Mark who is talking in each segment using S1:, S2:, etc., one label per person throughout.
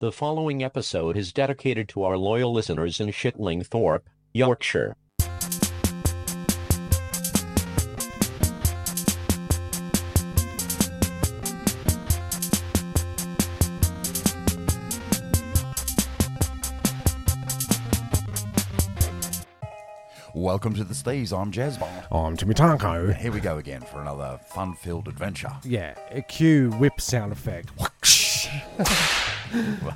S1: The following episode is dedicated to our loyal listeners in Shitling Thorpe, Yorkshire.
S2: Welcome to the Steves. I'm Jezbon.
S3: I'm Jimmy Tanko.
S2: Here we go again for another fun-filled adventure.
S3: Yeah, a cue whip sound effect.
S2: Love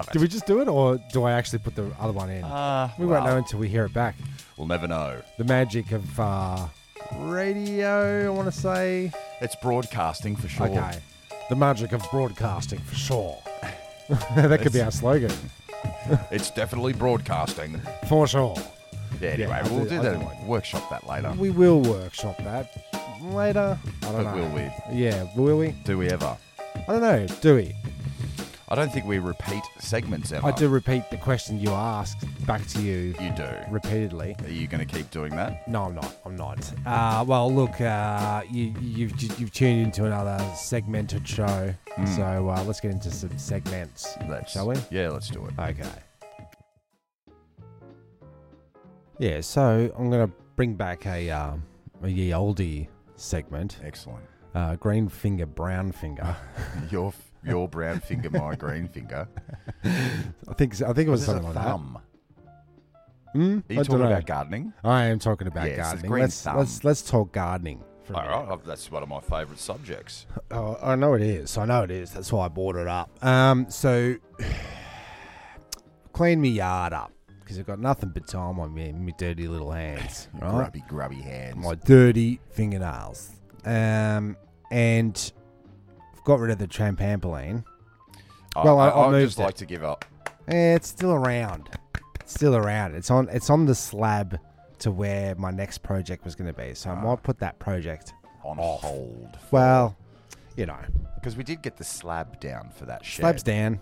S3: Did
S2: it.
S3: we just do it, or do I actually put the other one in?
S2: Uh,
S3: we won't
S2: well,
S3: know until we hear it back.
S2: We'll never know.
S3: The magic of uh, radio, I want to say.
S2: It's broadcasting for sure.
S3: Okay, the magic of broadcasting for sure. that could be our slogan
S2: It's definitely broadcasting.
S3: for sure.
S2: Yeah, anyway,
S3: I
S2: we'll
S3: do-
S2: do
S3: I
S2: that.
S3: do
S2: in- Workshop that later.
S3: We will workshop that later. I don't
S2: But
S3: know.
S2: will we?
S3: Yeah, will we?
S2: Do we ever?
S3: I don't know. Do we?
S2: I don't think we repeat segments ever.
S3: I do repeat the question you asked back to you
S2: You do.
S3: repeatedly.
S2: Are you going to keep doing that?
S3: No, I'm not. I'm not. Uh, well, look, uh, you, you've you've tuned into another segmented show, so uh, let's get into some segments,
S2: Hmm. Let's,
S3: shall we?
S2: Yeah, let's do it.
S3: Okay. Yeah, so I'm gonna bring back a uh, a ye oldie segment,
S2: Excellent.
S3: uh, green finger, brown finger.
S2: Your f- your brown finger, my green finger.
S3: I think I think it was
S2: This is a
S3: something like that.
S2: thumb.
S3: Hmm?
S2: Are you
S3: I
S2: talking
S3: dunno.
S2: about gardening?
S3: I am talking about
S2: Yeah, it's a
S3: gardening.
S2: green
S3: Let's,
S2: thumb.
S3: let's let's talk gardening. For a
S2: All
S3: minute.
S2: right, I've- that's one of my favourite subjects.
S3: Oh, I know it is. I know it is. That's why I bought it up. Um, so clean me yard up because I've got nothing but time on me, me dirty little hands, right?
S2: Grubby, grubby hands.
S3: My dirty fingernails. Um, and I've got rid of the trampoline. Well, I- I
S2: would
S3: moved
S2: just
S3: it.
S2: like to give up.
S3: Eh, it's still around. It's still around. It's on. It's on the slab to where my next project was going to be. So I
S2: Ah.
S3: might put that project.
S2: on hold.
S3: Well, you know,
S2: because we did get the slab down for that shed.
S3: slabs down.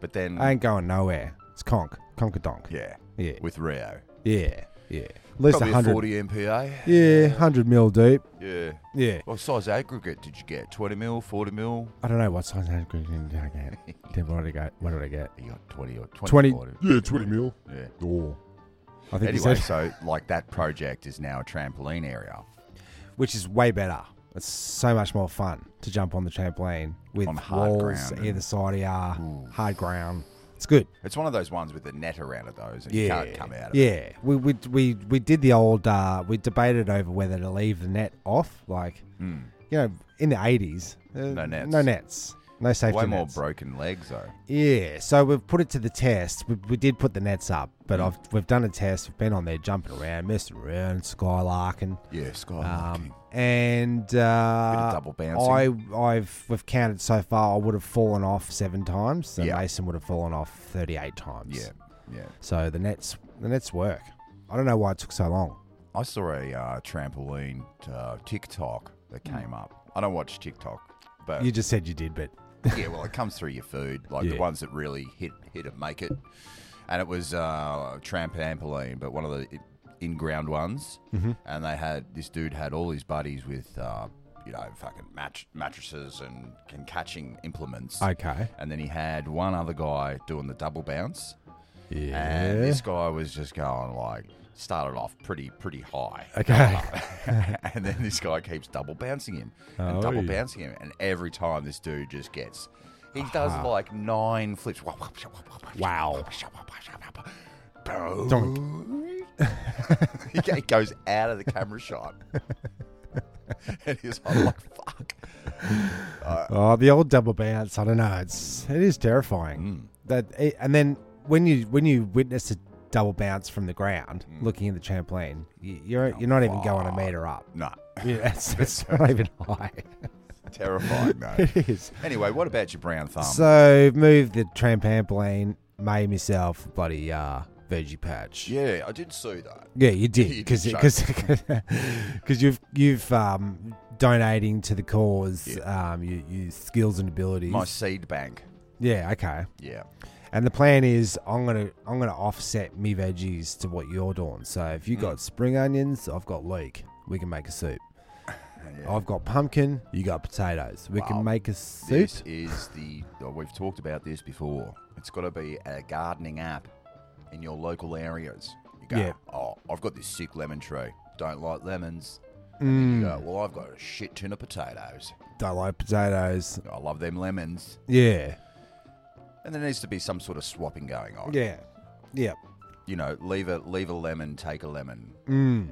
S2: but then
S3: I ain't going nowhere. It's conk, conk a donk.
S2: yeah,
S3: Yeah.
S2: with Rio,
S3: Yeah, yeah. At least
S2: probably a
S3: 100.
S2: forty MPA.
S3: Yeah, 100 mil deep.
S2: yeah.
S3: Yeah.
S2: What size aggregate did you get? Twenty mil, forty mil?
S3: I don't know what size hand grenade did I get. Did, what, did I get? what did I get?
S2: You got twenty or 20,
S3: 20
S2: 40.
S3: Yeah, 20 mil.
S2: Yeah.
S3: Oh. I
S2: Anyway,
S3: think he said,
S2: so like that project is now a trampoline area
S3: which is way better. It's so much more fun to jump on the trampoline with
S2: On hard
S3: walls
S2: ground. eh?
S3: either side of you, hard ground. It's good.
S2: It's one of those ones with the net around it, those, and you
S3: Yeah,
S2: can't come out of it.
S3: yeah. We, we we we did the old. Uh, we debated over whether to leave the net off, like you know, in the eighties.
S2: Hmm.
S3: Uh,
S2: No nets.
S3: No nets. No safety
S2: Way more
S3: nets.
S2: broken legs though.
S3: Yeah, so we've put it to the test. We, we did put the nets up, but
S2: Mm.
S3: I've, we've done a test. We've been on there jumping around, messing around, skylarking.
S2: Yeah, Sky.
S3: Um, and uh,
S2: double bouncing.
S3: I, I've we've counted so far. I would have fallen off seven times, and
S2: Yeah.
S3: Mason would have fallen off thirty-eight times.
S2: yeah, yeah.
S3: So the nets, the nets work. I don't know why it took so long.
S2: I saw a uh, trampoline uh, TikTok that came up. I don't watch TikTok, but
S3: You just said you did, but
S2: yeah, well, it comes through your food, like the
S3: Yeah.
S2: ones that really hit hit and make it. And it was uh, trampoline, but one of the in ground ones. Mm-hmm. And they had this dude had all his buddies with uh, you know fucking match mattresses and, and catching implements.
S3: okay.
S2: And then he had one other guy doing the double bounce.
S3: Yeah.
S2: And this guy was just going like started off pretty pretty high. Uh,
S3: Okay.
S2: and then this guy keeps double bouncing him and
S3: Oh,
S2: double
S3: yeah.
S2: bouncing him. And every time this dude just gets, he does like nine flips. Wow. he goes out of the camera shot. and he's I'm like, fuck.
S3: Oh, the old double bounce. I don't know. It's it is terrifying. That it, and then when you when you witness a double bounce from the ground, looking at the trampoline, you, you're you're not even going a meter up.
S2: No,
S3: Yeah, it's, it's not even high.
S2: terrifying though.
S3: it is.
S2: Anyway, what about your brown thumb?
S3: So move the trampoline. Made myself a bloody uh, veggie patch.
S2: yeah, I did see that.
S3: Yeah, you did
S2: You
S3: because
S2: did,
S3: because you've you've um, donating to the cause um, your, your skills and abilities.
S2: My seed bank.
S3: Yeah, okay.
S2: Yeah.
S3: And the plan is I'm gonna I'm gonna offset me veggies
S2: Mm.
S3: to what you're doing. So if you got spring onions, I've got leek. We can make a soup.
S2: man. Yeah.
S3: I've got pumpkin. You got potatoes. We
S2: Wow.
S3: can make a soup.
S2: This is the. oh, We've talked about this before. It's got to be a gardening app in your local areas. You go,
S3: Yeah.
S2: oh, I've got this sick lemon tree. Don't like lemons.
S3: Mm,
S2: You go, well, I've got a shit tin of potatoes.
S3: don't like potatoes.
S2: I love them lemons.
S3: Yeah.
S2: And there needs to be some sort of swapping going on.
S3: Yeah. Yeah.
S2: You know, leave a leave a lemon, take a lemon.
S3: Mm.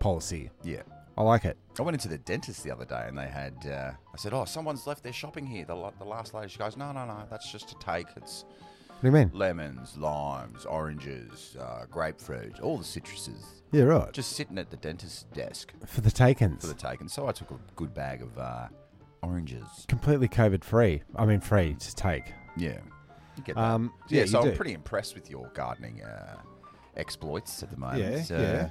S3: Policy.
S2: Yeah.
S3: I like it.
S2: I went into the dentist the other day and they had. Uh, I said, "Oh, someone's left their shopping here." The, la- the last lady, she goes, "No, no, no, that's just a take. It's
S3: What do you mean?
S2: lemons, limes, oranges, uh, grapefruit, all the citruses,
S3: Yeah, right.
S2: just sitting at the dentist's desk
S3: for the takens.
S2: for the take." And so I took a good bag of uh, oranges.
S3: Completely COVID free. I mean, free to take.
S2: Yeah, you get that.
S3: Um,
S2: yeah,
S3: yeah,
S2: so
S3: you
S2: I'm
S3: do.
S2: pretty impressed with your gardening uh, exploits at the moment.
S3: Yeah,
S2: uh,
S3: yeah.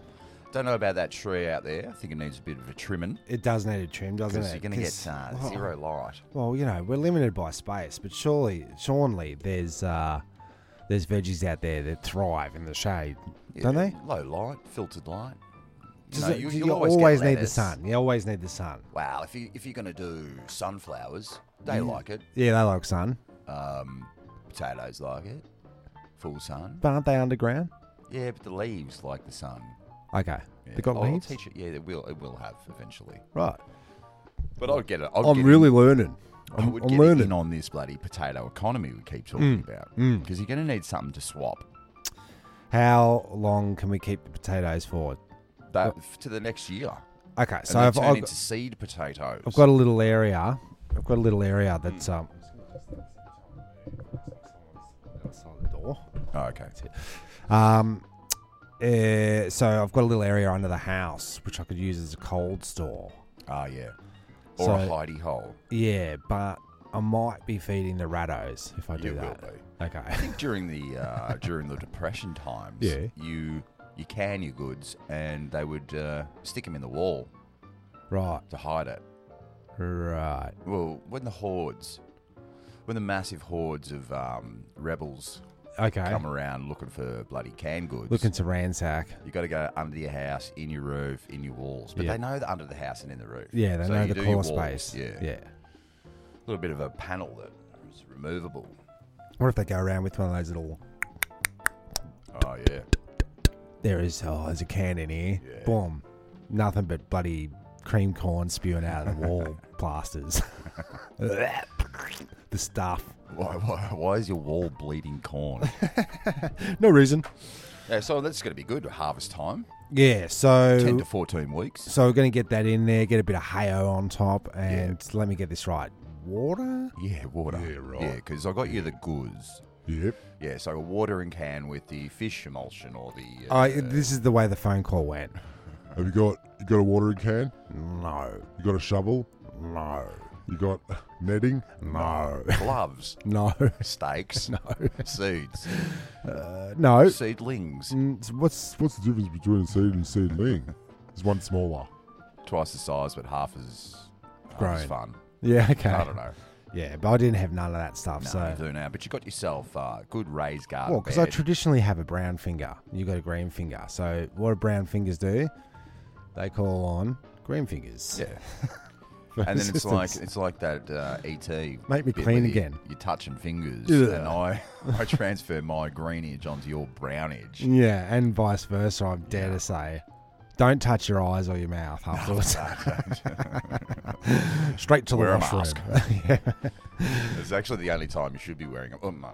S2: Don't know about that tree out there. I think it needs a bit of a trimming
S3: It does need a trim, doesn't
S2: because
S3: it?
S2: you're going to get
S3: 'Cause-
S2: uh,
S3: well,
S2: zero light.
S3: Well, you know, we're limited by space, but surely, surely there's uh, there's veggies out there that thrive in the shade, don't they?
S2: Low light, filtered light.
S3: Just,
S2: know,
S3: uh,
S2: you-
S3: you
S2: you'll always
S3: always,
S2: get
S3: need the
S2: lettuce.
S3: sun. You always need the sun.
S2: Wow, if you if you're gonna do sunflowers, they like it.
S3: Yeah, they like sun,
S2: Um, potatoes like it. Full sun.
S3: but aren't they underground?
S2: Yeah, but the leaves like the sun.
S3: Okay,
S2: Yeah.
S3: they got
S2: I'll-
S3: leaves,
S2: I'll teach it. Yeah, it will. It will have eventually.
S3: right?
S2: But I'll get it. I'll
S3: I'm
S2: get
S3: really
S2: In,
S3: learning.
S2: I
S3: I'm,
S2: would
S3: I'm
S2: get
S3: learning.
S2: in on this bloody potato economy we keep talking about
S3: Mm.
S2: because you're gonna need something to swap
S3: How long can we keep the potatoes for?
S2: that f- to the next year.
S3: Okay,
S2: And
S3: so
S2: they
S3: I've,
S2: turn
S3: I've,
S2: into seed potatoes.
S3: I've got a little area. I've got a little area that's
S2: Hmm.
S3: um. Outside the door.
S2: Oh, okay.
S3: Um, eh, so I've got a little area under the house which I could use as a cold store.
S2: Ah, yeah. Or a
S3: So-
S2: hidey hole.
S3: Yeah, but I might be feeding the rattos if I do
S2: You will
S3: that.
S2: be. I
S3: Okay.
S2: think during the uh, during the depression times,
S3: Yeah.
S2: you you can your goods, and they would uh, stick them in the wall
S3: right.
S2: to hide it.
S3: Right.
S2: Well, when the hordes, when the massive hordes of um, rebels
S3: Okay.
S2: come around looking for bloody canned goods,
S3: Looking to ransack.
S2: you got to go under your house, in your roof, in your walls. But
S3: Yeah.
S2: they know the under the house and in the roof.
S3: Yeah, they
S2: So
S3: know
S2: you
S3: the
S2: do your
S3: crawl
S2: walls,
S3: space.
S2: Yeah.
S3: Yeah.
S2: a little bit of a panel that is removable.
S3: What if they go around with one of those little?
S2: Oh yeah,
S3: There is oh, there's a can in here.
S2: Yeah.
S3: Boom. Nothing but bloody cream corn spewing out of the wall plasters. the stuff.
S2: why, why, why is your wall bleeding corn?
S3: No reason.
S2: yeah, so that's going to be good harvest time.
S3: Yeah. So
S2: 10 to 14 weeks.
S3: So we're going to get that in there, get a bit of hayo on top, and let me get this right. Water?
S2: Yeah, water.
S3: Yeah, right.
S2: because I got you the goods.
S3: Yep.
S2: Yeah, so a watering can with the fish emulsion or the.
S3: Uh, this is the way the phone call went.
S4: Have you got you got a watering can?
S3: No.
S4: You got a shovel?
S3: No.
S4: You got netting?
S3: No.
S2: gloves,
S3: No.
S2: stakes,
S3: No.
S2: seeds,
S3: Uh, no.
S2: seedlings,
S3: Mm, so What's.
S4: What's the difference between seed and seedling? Is one smaller.
S2: twice the size but half as, half as
S3: Grown.
S2: fun.
S3: Yeah, okay.
S2: I don't know.
S3: Yeah, but I didn't have none of that stuff,
S2: No, you
S3: so.
S2: do now, but you got yourself a good raised garden.
S3: Well, because I
S2: bed.
S3: traditionally have a brown finger. You got a green finger. So what do brown fingers do? They call on green fingers.
S2: yeah. And then it's like
S3: Assistance.
S2: it's like that uh, ET.
S3: Make me
S2: bit
S3: clean
S2: where you-
S3: again.
S2: You're touching fingers,
S3: Ugh.
S2: and I I transfer my greenage onto your brownage.
S3: Yeah, and vice versa, I dare to say. Don't touch your eyes or your mouth afterwards. Straight to the
S2: Wear a
S3: washroom.
S2: mask.
S3: yeah.
S2: It's actually the only time you should be wearing a Oh, no.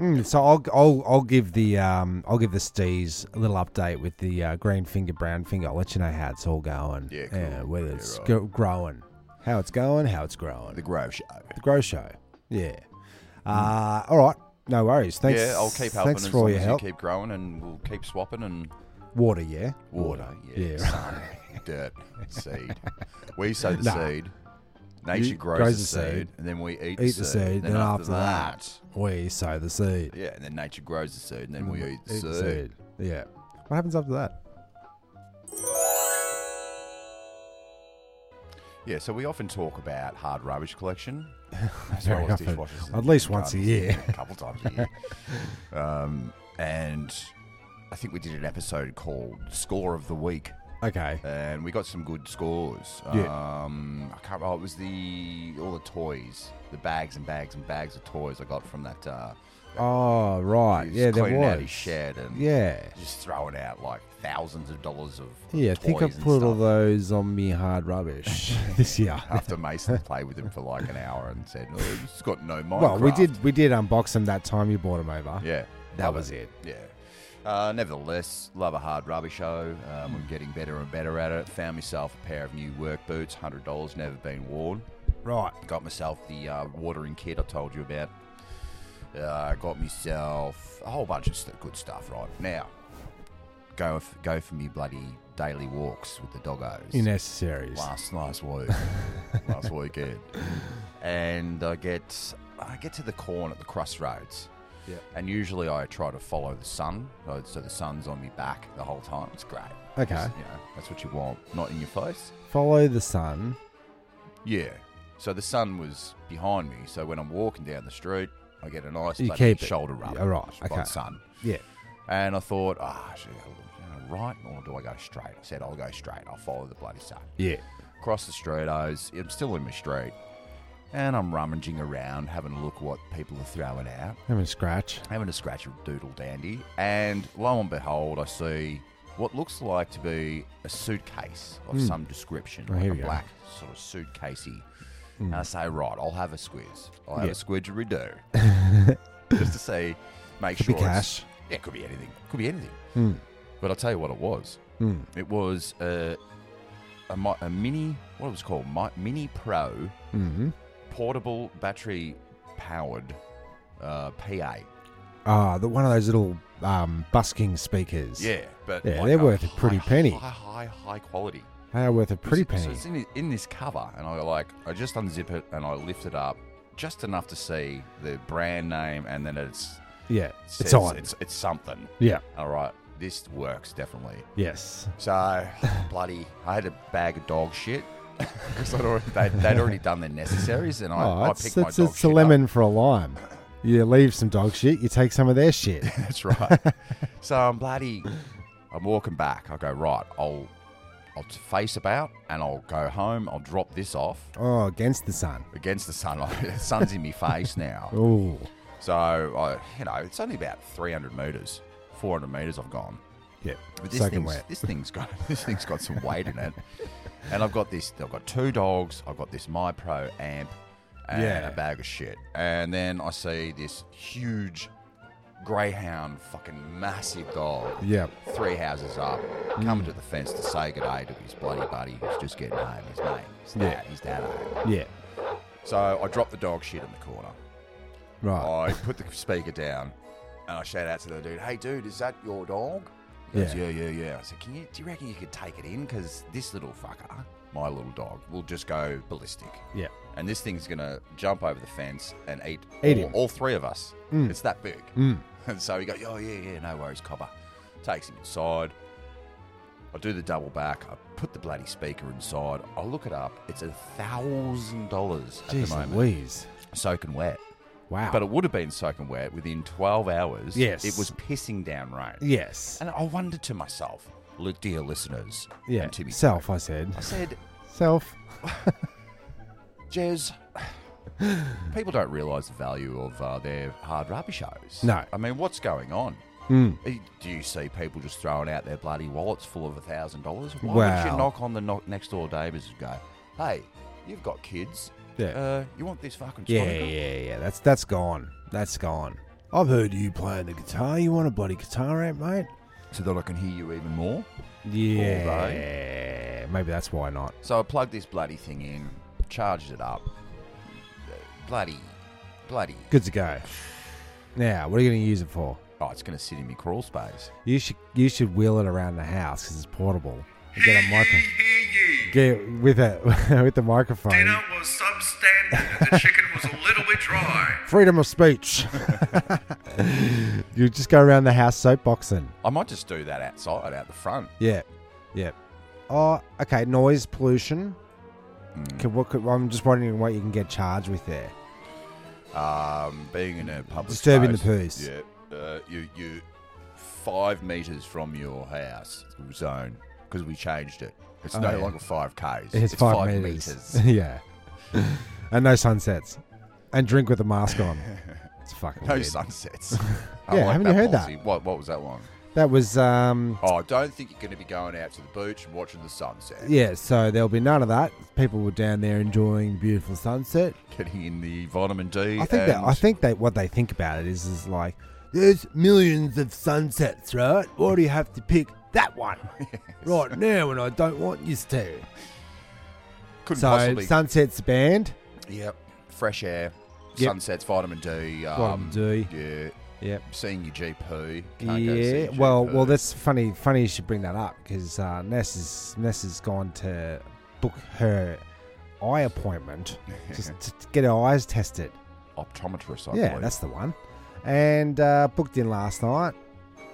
S3: Mm, so I'll, I'll I'll give the um I'll give the Stees a little update with the uh, green finger, brown finger. I'll let you know how it's all going.
S2: Yeah, cool.
S3: whether
S2: Yeah,
S3: it's
S2: right.
S3: go- growing, how it's going, how it's growing.
S2: The Grove Show.
S3: The grow show. Yeah. Uh, all right. No worries. Thanks.
S2: yeah, I'll keep helping
S3: Thanks
S2: as
S3: for all
S2: long
S3: your
S2: as
S3: help.
S2: you keep growing, and we'll keep swapping and
S3: Water. Yeah.
S2: water. Yeah,
S3: Yeah.
S2: sun, dirt, seed. We sow the
S3: Nah.
S2: seed. Nature
S3: You-
S2: grows,
S3: grows
S2: the
S3: the
S2: seed,
S3: seed,
S2: and then we eat,
S3: Eat the seed. Then after
S2: that,
S3: that, Mm, we sow the seed.
S2: yeah, and then nature grows the seed, and then we eat the seed.
S3: Yeah. What happens after that?
S2: Yeah, so we often talk about hard rubbish collection, as
S3: Very
S2: well as
S3: often.
S2: dishwashers and
S3: At least once a
S2: gardens,
S3: year.
S2: yeah, a couple times a year. um, and I think we did an episode called "Score of the Week,"
S3: Okay.
S2: and we got some good scores.
S3: Yeah.
S2: Um, I can't remember. It was the all the toys, the bags and bags and bags of toys I got from that. Uh,
S3: Oh right.
S2: he
S3: Yeah, there
S2: cleaning
S3: was.
S2: out his shed and
S3: Yeah.
S2: just throwing out like thousands of dollars of
S3: Yeah, I think I
S2: toys and
S3: put all
S2: stuff.
S3: those on me hard rubbish this year.
S2: after Mason played with him for like an hour and said, "Oh, it's got no Minecraft."
S3: Well, we did we did unbox them that time you brought them over.
S2: Yeah,
S3: That
S2: love
S3: was it.
S2: Yeah. Uh, nevertheless, love a hard rubber show. Um, I'm getting better and better at it. Found myself a pair of new work boots, hundred dollars, never been worn.
S3: Right.
S2: Got myself the uh, watering kit I told you about. Uh, got myself a whole bunch of st- good stuff. Right now, go f- go for me bloody daily walks with the doggos.
S3: Your necessaries.
S2: last last week, last weekend, and I get I get to the corn at the crossroads.
S3: Yeah.
S2: And usually I try to follow the sun, so- so the sun's on me back the whole time. It's great.
S3: Okay.
S2: Just, you know, that's what you want, not in your face.
S3: Follow the sun.
S2: Yeah. So the sun was behind me, so when I'm walking down the street, I get a nice
S3: You
S2: bloody
S3: keep it.
S2: shoulder rub.
S3: Yeah, right,
S2: By
S3: okay.
S2: the sun.
S3: Yeah.
S2: And I thought, ah, shit, am I right or do I go straight? I said, I'll go straight. I'll follow the bloody sun.
S3: Yeah.
S2: Across the street, I was, I'm still in my street, and I'm rummaging around, having a look what people are throwing out,
S3: Having a scratch.
S2: having a scratch a doodle dandy, and lo and behold, I see what looks like to be a suitcase of some description,
S3: Oh,
S2: like
S3: here
S2: a
S3: we go.
S2: black sort of suitcasey.
S3: Hmm.
S2: And I say, right, I'll have a squiz. I'll have
S3: Yeah.
S2: a squidgery do, just to see, make
S3: Could
S2: sure.
S3: be
S2: it's-
S3: cash.
S2: Yeah, it could be anything. Could be anything.
S3: Hmm.
S2: But I'll tell you what it was.
S3: Hmm.
S2: It was a, a, mi- a mini, what it was called, mi- mini pro
S3: Mm-hmm.
S2: portable battery powered uh, PA.
S3: Ah, the one of those little um, busking speakers.
S2: Yeah, but
S3: Yeah, they're
S2: a
S3: worth a pretty
S2: high-
S3: penny.
S2: High, high, high quality.
S3: They are worth a pretty
S2: So- so
S3: penny.
S2: it's in, in this cover, and I like, I just unzip it and I lift it up just enough to see the brand name, and then it's
S3: Yeah.
S2: says
S3: It's on.
S2: It's, it's something.
S3: Yeah.
S2: All right, this works definitely.
S3: Yes.
S2: So bloody, I had a bag of dog shit because already, they, they'd already done their necessaries, and I,
S3: oh,
S2: I
S3: it's,
S2: picked
S3: it's,
S2: my dog
S3: it's a
S2: shit up.
S3: lemon for a lime. You leave some dog shit, you take some of their shit.
S2: That's right. so I'm bloody. I'm walking back. I go right. I'll I'll face about and I'll go home. I'll drop this off
S3: Oh, against the sun.
S2: against the sun. the sun's in my face now.
S3: Oh,
S2: So I, you know, it's only about 300 meters, 400 meters. I've gone.
S3: yeah.
S2: But this
S3: Soaking
S2: thing's,
S3: wet.
S2: this thing's got this thing's got some weight in it, and I've got this. I've got two dogs. I've got this MyPro amp and
S3: Yeah.
S2: a bag of shit. And then I see this huge greyhound, fucking massive dog,
S3: Yeah. Mm.
S2: three houses up, coming to the fence to say good day to his bloody buddy who's just getting home. His mate, his dad,
S3: Yeah.
S2: his dad. home.
S3: Yeah.
S2: So I drop the dog shit in the corner.
S3: Right.
S2: I put the speaker down and I shout out to the dude, hey, dude, is that your dog? He goes, yeah.
S3: Yeah.
S2: yeah, yeah, I said, Can you, do you reckon you could take it in? Because this little fucker, my little dog, will just go ballistic.
S3: Yeah.
S2: And this thing's going to jump over the fence and eat,
S3: Eat
S2: all,
S3: him.
S2: all three of us.
S3: Mm.
S2: It's that big.
S3: Mm.
S2: And so he goes, oh, yeah, yeah, no worries, copper. Takes him inside. I do the double back. I put the bloody speaker inside. I look it up. It's a thousand dollars at the
S3: Jeez
S2: moment,
S3: Louise.
S2: soaking wet.
S3: Wow.
S2: But it would have been soaking wet within 12 hours.
S3: Yes.
S2: It was pissing down rain.
S3: yes.
S2: And I wondered to myself, look, dear listeners,
S3: Yeah.
S2: and to me,
S3: Self, I said.
S2: I said,
S3: Self.
S2: Jez, people don't realise the value of uh, their hard rubber shows.
S3: No.
S2: I mean, what's going on? Eh,
S3: Mm.
S2: Do you see people just throwing out their bloody wallets full of $1,000? Why would you
S3: Wow.
S2: knock on the knock next door neighbours and go, hey, you've got kids.
S3: Yeah.
S2: Uh, you want this fucking
S3: Yeah,
S2: swagger?"
S3: yeah, yeah. That's that's gone. That's gone. I've heard you playing the guitar. You want a bloody guitar amp, mate?
S2: So that I can hear you even more.
S3: Yeah. Maybe that's why not.
S2: So I plugged this bloody thing in, charged it up. Bloody, bloody.
S3: Good to go. Now, what are you going to use it for?
S2: Oh, it's going to sit in my crawl space.
S3: You should you should wheel it around the house because it's portable. And get a micro. Get with a with the microphone.
S5: Dinner was substandard and the chicken was a little bit dry.
S3: Freedom of speech. you just go around the house soapboxing.
S2: I might just do that outside, out the front.
S3: Yeah, yeah. Oh, okay. Noise pollution. Okay, what could, I'm just wondering what you can get charged with there.
S2: Um, being in a public
S3: Disturbing the
S2: space,
S3: peace.
S2: Yeah, uh, you you five meters from your house zone because we changed it. It's
S3: Oh,
S2: no
S3: yeah.
S2: longer five k's.
S3: It's, five, meters. yeah. and no sunsets. And drink with a mask on. It's fucking
S2: No
S3: weird.
S2: sunsets. I
S3: Yeah, haven't you heard that?
S2: that? What, what was that one?
S3: That was um
S2: Oh, I don't think you're going to be going out to the beach and watching the sunset.
S3: yeah, so there'll be none of that. People were down there enjoying beautiful sunset.
S2: Getting in the vitamin D.
S3: I think that
S2: and-
S3: I think that what they think about it is is like there's millions of sunsets, right? Why do you have to pick that one right now when I don't want you to?
S2: couldn't
S3: So
S2: possibly.
S3: sunsets banned.
S2: yep. Fresh air,
S3: Yep.
S2: sunsets, vitamin D. Um,
S3: Vitamin D.
S2: Yeah.
S3: Yep.
S2: Seeing your GP. Can't go see
S3: Yeah.
S2: your
S3: Well,
S2: GP.
S3: well, that's funny. Funny you should bring that up because uh, Ness is Ness has gone to book her eye appointment just to to get her eyes tested.
S2: optometrist. I
S3: yeah,
S2: believe.
S3: that's the one. And uh, booked in last night,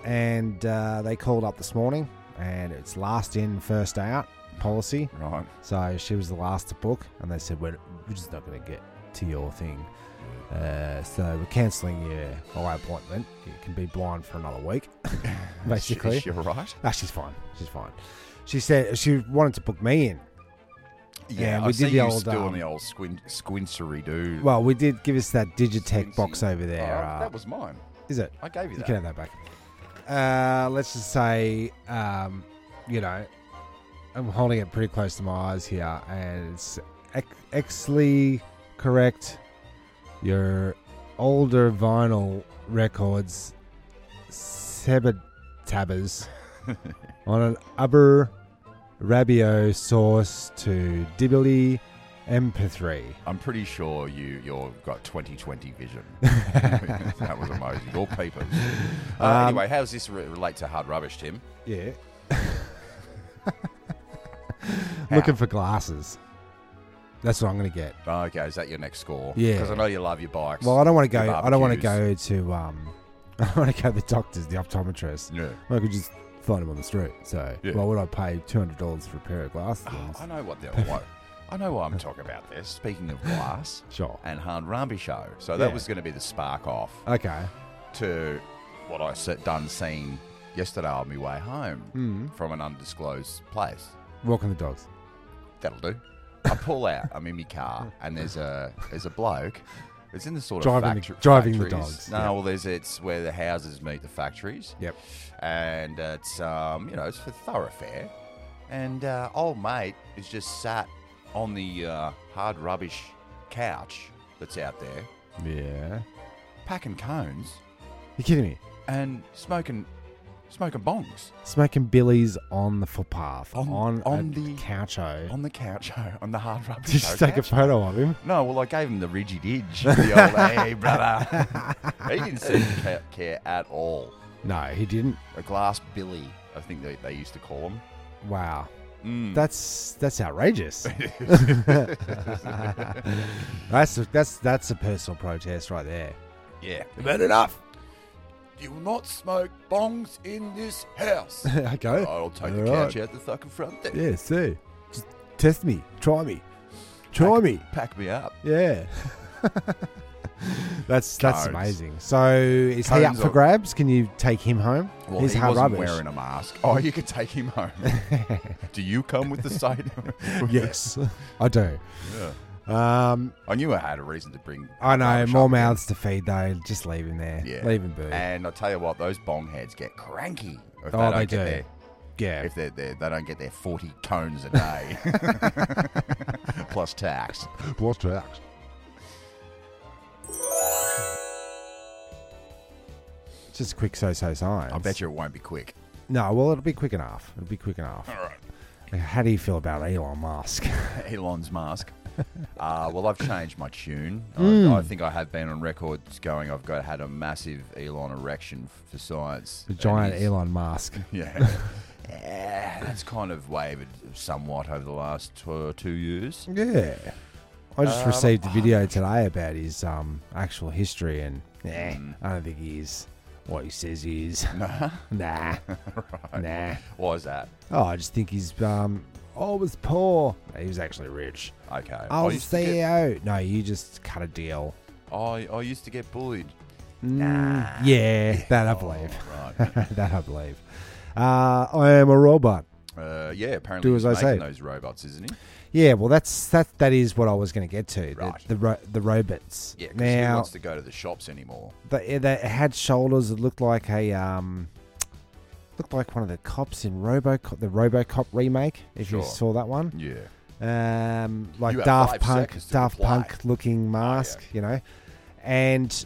S3: and uh, they called up this morning, and it's last in, first out policy.
S2: right.
S3: So she was the last to book, and they said, We're, we're just not going to get to your thing. Uh, so we're cancelling your eye appointment. You can be blind for another week, basically.
S2: Is she all right?
S3: Ah, she's fine. She's fine. She said she wanted to book me in.
S2: Yeah,
S3: we
S2: I
S3: did
S2: see
S3: the
S2: you
S3: old,
S2: still
S3: um,
S2: on the old squint, squintery dude.
S3: Well, we did give us that Digitech box over there.
S2: Oh,
S3: Uh,
S2: that was mine.
S3: is it?
S2: I gave you
S3: You
S2: that.
S3: can have that back. Uh, let's just say, um, you know, I'm holding it pretty close to my eyes here, and it's ex- exly correct. Your older vinyl records, Sebatabbers, on an upper Rabio source to Dibbly MP3.
S2: I'm pretty sure you you've got 2020 vision. that was amazing. All papers. Uh,
S3: Um,
S2: anyway, how does this re- relate to hard rubbish, Tim?
S3: Yeah. Looking for glasses. That's what I'm going to get.
S2: Oh, okay, is that your next score?
S3: Yeah.
S2: Because I know you love your bikes.
S3: Well, I don't want to go.
S2: your
S3: I don't want to go
S2: barbecues.
S3: to. Um, I want to go to the doctors, the optometrist.
S2: Yeah.
S3: I could just find them on the street. So,
S2: Yeah.
S3: why would I pay two hundred dollars for a pair of glasses?
S2: Oh, I know what the what. I know why I'm talking about this. Speaking of glass
S3: Sure.
S2: and hard rubbish show, so that
S3: Yeah.
S2: was going to be the spark off
S3: Okay.
S2: to what I se- done seen yesterday on my way home from an undisclosed place.
S3: Walking the dogs.
S2: That'll do. I pull out. I'm in my car, and there's a there's a bloke. It's in the sort of
S3: Driving the-
S2: factor-
S3: driving the
S2: factories.
S3: dogs,
S2: No,
S3: yeah.
S2: well, there's it's where the houses meet the factories.
S3: Yep.
S2: and it's um you know it's for thoroughfare, and uh, old mate is just sat on the uh, hard rubbish couch that's out there,
S3: Yeah.
S2: packing cones
S3: You kidding me?
S2: and smoking smoking bongs
S3: Smoking billies on the footpath
S2: On-
S3: on
S2: on
S3: a
S2: the-
S3: coucho.
S2: on the couch on the hard rubbish.
S3: Did you just take a
S2: couch.
S3: photo of him?
S2: No, well, I gave him the rigid edge. The old, hey, brother. he didn't seem to ca- care at all.
S3: No, he didn't.
S2: A glass billy, I think they, they used to call him.
S3: Wow.
S2: Mm.
S3: That's that's outrageous. that's that's that's a personal protest right there.
S2: yeah. You've had enough. You will not smoke bongs in this house.
S3: okay.
S2: I'll take the
S3: All
S2: couch
S3: right.
S2: out the fucking front there.
S3: Yeah, see. Just test me. Try me. Try
S2: Pack-
S3: me.
S2: Pack me up.
S3: Yeah. that's
S2: Codes.
S3: that's amazing. So is he up
S2: Codes
S3: for
S2: are-
S3: grabs? Can you take him home?
S2: Well,
S3: He's
S2: he
S3: hard
S2: wasn't
S3: rubbish.
S2: wearing a mask. Oh, you could take him home. Do you come with the same?
S3: yes, I do.
S2: Yeah.
S3: Um,
S2: I knew I had a reason to bring.
S3: I know
S2: barbershop
S3: more
S2: in.
S3: mouths to feed though. Just leave him there.
S2: Yeah.
S3: Leave him be.
S2: And I tell you what, those bong heads get cranky if they
S3: Oh,
S2: don't
S3: they
S2: get
S3: do.
S2: their
S3: yeah.
S2: if they they they don't get their forty cones a day plus tax.
S4: Plus tax.
S3: Just a quick so so science.
S2: I bet you it won't be quick.
S3: No, well, it'll be quick enough. It'll be quick enough.
S2: All right,
S3: How do you feel about Elon Musk?
S2: Elon's mask. Uh, well, I've changed my tune.
S3: Hmm.
S2: I, I think I have been on records going. I've got had a massive Elon erection f- for science.
S3: The giant
S2: And he's-
S3: Elon Musk.
S2: Yeah. Yeah, that's kind of wavered somewhat over the last tw- two years.
S3: Yeah. I just
S2: Uh,
S3: received a video today about his um, actual history, and nah,
S2: Mm.
S3: I don't think he is what he says he is. Nah. nah. Mm. Nah.
S2: Why is that?
S3: Oh, I just think he's. Um, I was poor. No, he was actually rich.
S2: Okay.
S3: I was
S2: used to get-
S3: CEO. No, you just cut a deal.
S2: I, I used to get bullied.
S3: Mm. Yeah, that I believe.
S2: Right.
S3: that I believe. Uh, I am a robot.
S2: Uh, yeah, apparently
S3: Do
S2: he's
S3: as I
S2: making
S3: say.
S2: those robots, isn't he?
S3: Yeah, well, that's that. That is what I was going to get to. The
S2: Right.
S3: the, ro- the robots.
S2: Yeah, because who
S3: now
S2: wants to go to the shops anymore?
S3: they, they had shoulders that looked like a um, looked like one of the cops in RoboCop, the RoboCop remake. If you
S2: Sure.
S3: saw that one,
S2: Yeah.
S3: um, like
S2: You have
S3: Daft
S2: five
S3: Punk,
S2: seconds to
S3: Daft
S2: reply. Oh,
S3: Punk looking mask, you know. And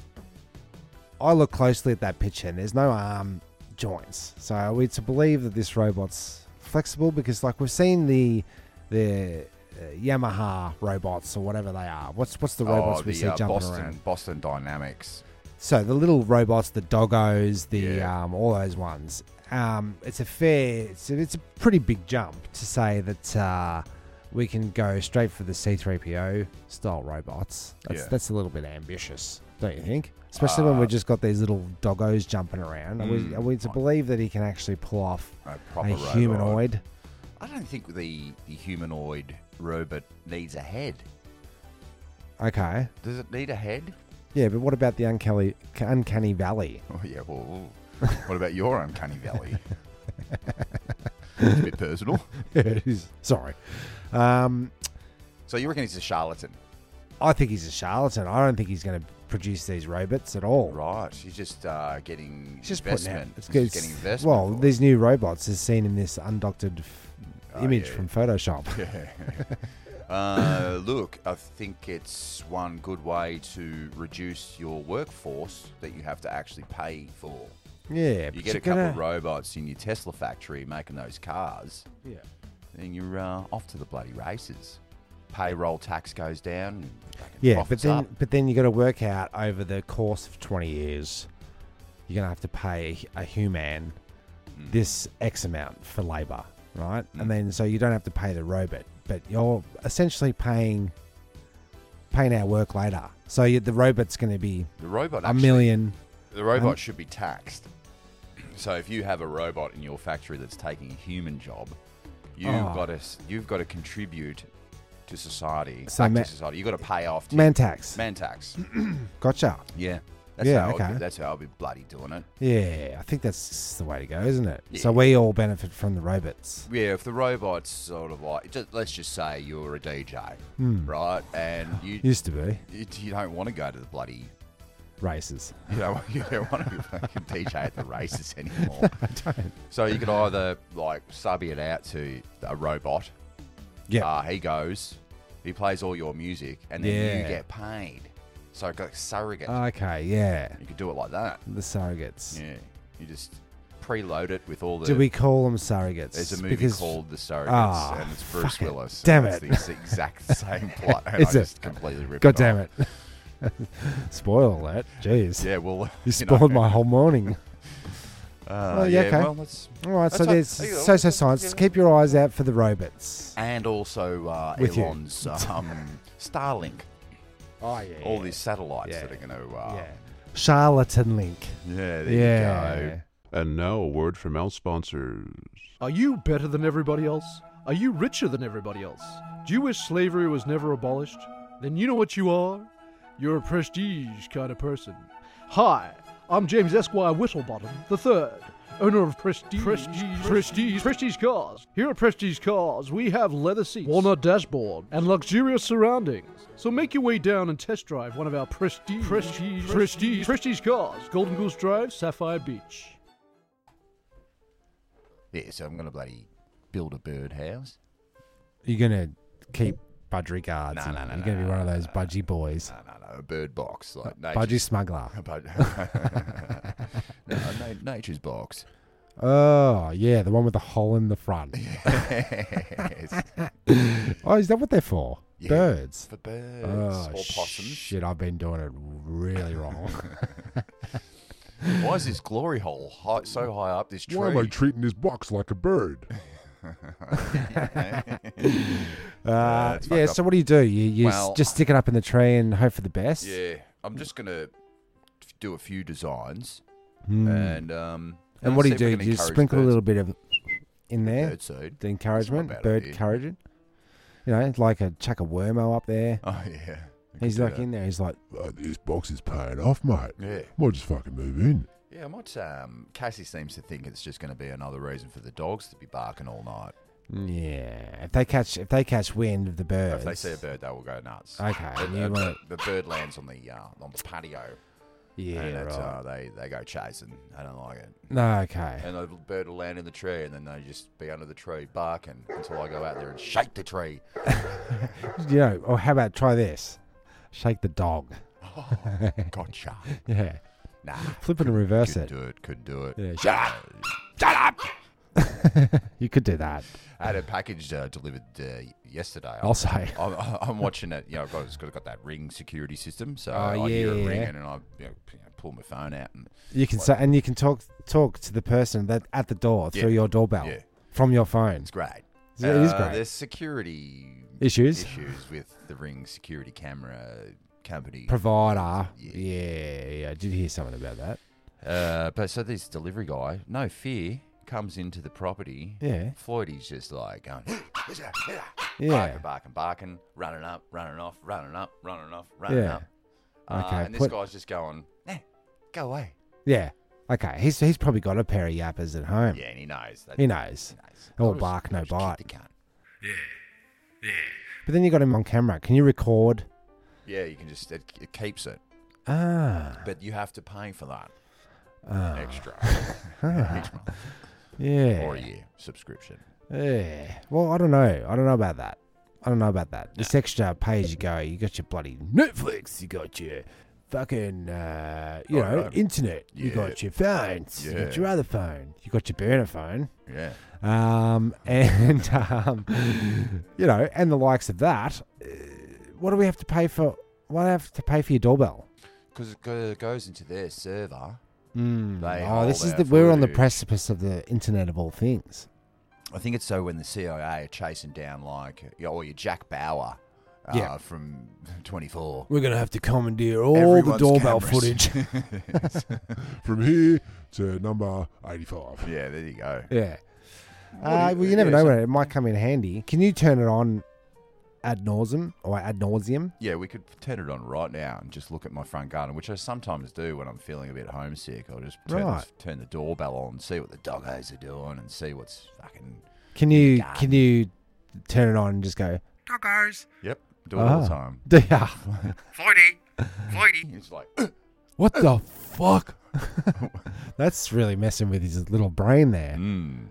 S3: I look closely at that picture, and there's no arm joints, so are we to believe that this robot's flexible? Because like we've seen the the uh, Yamaha robots or whatever they are. What's what's the robots
S2: oh,
S3: we
S2: the
S3: see
S2: uh,
S3: jumping
S2: Boston,
S3: around?
S2: Boston Dynamics.
S3: So the little robots, the doggos, the
S2: Yeah.
S3: um, all those ones. Um, it's a fair, it's a, it's a pretty big jump to say that uh, we can go straight for the C-3PO style robots. That's
S2: Yeah. Uh,
S3: that's a little bit ambitious, don't you think? Especially when we've just got these little doggos jumping around. Are, we,
S2: Mm.
S3: are we to believe that he can actually pull off
S2: A
S3: a
S2: proper robot.
S3: humanoid?
S2: I don't think the, the humanoid robot needs a head.
S3: Okay,
S2: Does it need a head?
S3: yeah, but what about the uncanny, uncanny valley?
S2: Oh yeah. Well, what about your uncanny valley? it's a bit personal.
S3: It is- Sorry. Um,
S2: So you reckon he's a charlatan?
S3: I think he's a charlatan. I don't think he's going to produce these robots at all.
S2: Right. He's just uh, getting
S3: It's just putting out.
S2: investment.
S3: It's,
S2: He's
S3: good.
S2: just getting investment.
S3: Well,
S2: for it.
S3: these new robots is seen in this undoctored f-
S2: Oh,
S3: image
S2: yeah.
S3: from Photoshop.
S2: Uh, look, I think it's one good way to reduce your workforce that you have to actually pay for.
S3: Yeah,
S2: You get a couple of robots in your Tesla factory making those cars,
S3: yeah.
S2: then you're uh, off to the bloody races. Payroll tax goes down. fucking
S3: Yeah, but
S2: profits
S3: then
S2: up.
S3: but then you got to work out over the course of twenty years, you're going to have to pay a human
S2: Hmm.
S3: this X amount for labor, right? And then so you don't have to pay the robot, but you're essentially paying paying our work later. So you, the robot's going to be
S2: the robot
S3: a
S2: actually-
S3: million.
S2: The robot
S3: Um,
S2: should be taxed. So if you have a robot in your factory that's taking a human job, you've
S3: Oh.
S2: got to you've got to contribute to society,
S3: So
S2: back
S3: ma-
S2: to society. You've got to pay off to
S3: Man tax.
S2: man tax.
S3: Gotcha.
S2: yeah, that's
S3: Yeah,
S2: how I'll be-
S3: okay.
S2: that's how I'll be bloody doing it.
S3: Yeah, I think that's the way to go, isn't it?
S2: Yeah.
S3: So we all benefit from the robots.
S2: Yeah, if the robot's sort of like, just, let's just say you're a DJ,
S3: Hmm.
S2: right, and you, you
S3: Used to be
S2: you don't want to go to the bloody
S3: races.
S2: You don't, you don't want to be fucking DJ at the races anymore. So you could either like sub it out to a robot.
S3: Yeah.
S2: Uh, he goes, he plays all your music, and then
S3: Yeah. Uh,
S2: you get paid. So it's like surrogate.
S3: Okay, yeah,
S2: you could do it like that.
S3: the surrogates.
S2: Ah. Yeah. You just preload it with all the.
S3: Do we call them surrogates?
S2: there's a movie
S3: Because-
S2: called The Surrogates,
S3: Ah,
S2: and it's Bruce Willis. and
S3: Damn
S2: it's the
S3: it.
S2: ex- exact same plot, and I
S3: Is it?
S2: just completely ripped
S3: God
S2: it
S3: damn
S2: off.
S3: it! Spoil that. Jeez,
S2: Yeah, well,
S3: you
S2: know,
S3: spoiled my whole morning.
S2: Uh,
S3: Oh, yeah, okay.
S2: well, let's-
S3: All right, so
S2: That's
S3: there's
S2: right. There you go.
S3: so so science.
S2: Yeah.
S3: Keep your eyes out for the robots.
S2: and also uh,
S3: With you.
S2: Elon's um, Starlink,
S3: Oh yeah,
S2: all these satellites
S3: Yeah.
S2: that are going to. Uh,
S3: yeah. Charlatan Link.
S2: yeah, there
S3: yeah.
S2: you go.
S6: And now a word from our sponsors.
S7: Are you better than everybody else? Are you richer than everybody else? Do you wish slavery was never abolished? Then you know what you are? You're a prestige kind of person. Hi, I'm James Esquire Whittlebottom the third, owner of Prestige Prestige Prestige Prestige Cars. Here at Prestige Cars, we have leather seats, walnut dashboard, and luxurious surroundings. So make your way down and test drive one of our Prestige Prestige Prestige Prestige Cars, Golden Goose Drive, Sapphire Beach.
S2: Yeah, so I'm going to bloody build a birdhouse.
S3: You're gonna keep budgie guards.
S2: No,
S3: and
S2: no, no,
S3: You're
S2: no,
S3: gonna be
S2: no,
S3: one of those budgie boys,
S2: No, no, no, a bird box. Like
S3: budgie
S2: nature's,
S3: smuggler.
S2: bud- no, na- nature's box.
S3: Oh yeah, the one with the hole in the front.
S2: Yes.
S3: Oh, is that what they're for?
S2: Yeah.
S3: Birds.
S2: For birds
S3: Oh,
S2: or possums.
S3: shit! I've been doing it really wrong.
S2: Why is this glory hole high, so high up this tree?
S4: Why am I treating this box like a bird?
S3: uh,
S2: it's
S3: yeah.
S2: fucked up.
S3: So what do you do? You, you s-
S2: Well-
S3: just stick it up in the tree and hope for the best.
S2: yeah, I'm just going to do a few designs.
S3: Hmm.
S2: And um,
S3: and what do
S2: see
S3: you
S2: if we
S3: do?
S2: can
S3: You
S2: encourage
S3: sprinkle a
S2: birds.
S3: little bit of in there.
S2: Bird seed.
S3: The encouragement,
S2: bad
S3: bird
S2: idea.
S3: encouraging. You know, like a chuck a wormo up there.
S2: Oh yeah. We could
S3: He's
S2: do
S3: like
S2: that.
S3: in there. He's like,
S4: Uh, this box is paying off, mate.
S2: Yeah.
S4: I might just fucking move in.
S2: Yeah, and what's um, Cassie seems to think it's just going to be another reason for the dogs to be barking all night.
S3: Yeah. If they catch if they catch wind of the
S2: If
S3: birds,
S2: they see a bird, they will go nuts.
S3: Okay,
S2: The,
S3: you
S2: the-
S3: wanna-
S2: the bird lands on the uh, on the patio.
S3: yeah,
S2: and it's,
S3: right.
S2: uh, they they go chasing. I don't like it.
S3: no, okay.
S2: And the bird will land in the tree, and then they just be under the tree barking until I go out there and shake the tree.
S3: You know, or how about try this? Shake the dog.
S2: Oh, Gotcha.
S3: Yeah.
S2: Nah,
S3: Flip it and reverse
S2: couldn't
S3: it.
S2: do it. Couldn't do it.
S3: Yeah.
S2: Shut up! Shut up!
S3: You could do that.
S2: I had a package uh, delivered uh, yesterday.
S3: I'll say.
S2: I'm, I'm watching it. You know, I've got, it's got, got that ring security system, so
S3: Oh,
S2: I hear
S3: yeah.
S2: it ringing, and I you know, p- you know, pull my phone out, and
S3: You can say, and you can talk talk to the person that at the door
S2: Yeah.
S3: through your doorbell
S2: Yeah.
S3: from your phone.
S2: it's great. Uh,
S3: It is great.
S2: There's security
S3: Issues?
S2: issues with the ring security camera company.
S3: Provider.
S2: Yeah.
S3: Yeah, yeah. I did hear something about that.
S2: Uh, but so this delivery guy, no fear, comes into the property.
S3: Yeah.
S2: Floyd is just like going, "Who's that? Who's that?"
S3: Yeah.
S2: barking, barking, barking, running up, running off, running up, running off, running
S3: Yeah.
S2: up. Uh,
S3: Okay,
S2: and this
S3: put-
S2: guy's just going, eh, go away.
S3: Yeah. Okay. He's he's probably got a pair of yappers at home.
S2: Yeah, and he knows. That,
S3: He knows.
S2: I
S3: All
S2: was-
S3: bark,
S2: I
S3: no
S2: was just kicked
S3: bite.
S2: the cunt.
S5: Yeah. Yeah.
S3: But then you got him on camera. Can you record?
S2: Yeah, you can just, it, it keeps it.
S3: Ah.
S2: But you have to pay for that
S3: ah,
S2: extra each month
S3: yeah.
S2: or a year subscription.
S3: Yeah. Well, I don't know. I don't know about that. I don't know about that. This extra pay as you go, you got your bloody Netflix, you got your fucking, uh, you
S2: I
S3: know,
S2: know.
S3: internet, you
S2: Oh, Yeah.
S3: got your phones, you got
S2: Yeah.
S3: your other phone, you got your burner phone,
S2: Yeah.
S3: um, and, um, you know, and the likes of that. Uh, what do we have to pay for? What do I have to pay for your doorbell?
S2: Because it go- goes into their server. They
S3: Oh, this
S2: hold
S3: is
S2: our
S3: the we're on the
S2: footage.
S3: precipice of the Internet of all things.
S2: I think it's so when the CIA are chasing down like you know, or your Jack Bauer uh,
S3: Yeah.
S2: from 24.
S3: We're gonna have to commandeer all
S2: Everyone's
S3: the doorbell
S2: cameras.
S3: footage.
S4: From here to number 85.
S2: Yeah, there you go.
S3: Yeah.
S2: do
S3: Uh,
S2: you-
S3: well, you never
S2: yeah,
S3: know
S2: so-
S3: when it might come in handy. Can you turn it on ad nauseum or ad nauseum?
S2: Yeah, we could turn it on right now and just look at my front garden, which I sometimes do when I'm feeling a bit homesick. I'll just turn,
S3: Right.
S2: the, turn the doorbell on, see what the doggos are doing, and see what's fucking.
S3: Can you
S2: God.
S3: can you turn it on and just go?
S5: Doggos.
S2: Yep, do it all
S3: Ah.
S2: the time.
S3: Yeah.
S5: Floydie. Floydie.
S2: It's like,
S3: What the fuck? That's really messing with his little brain there.
S2: mm.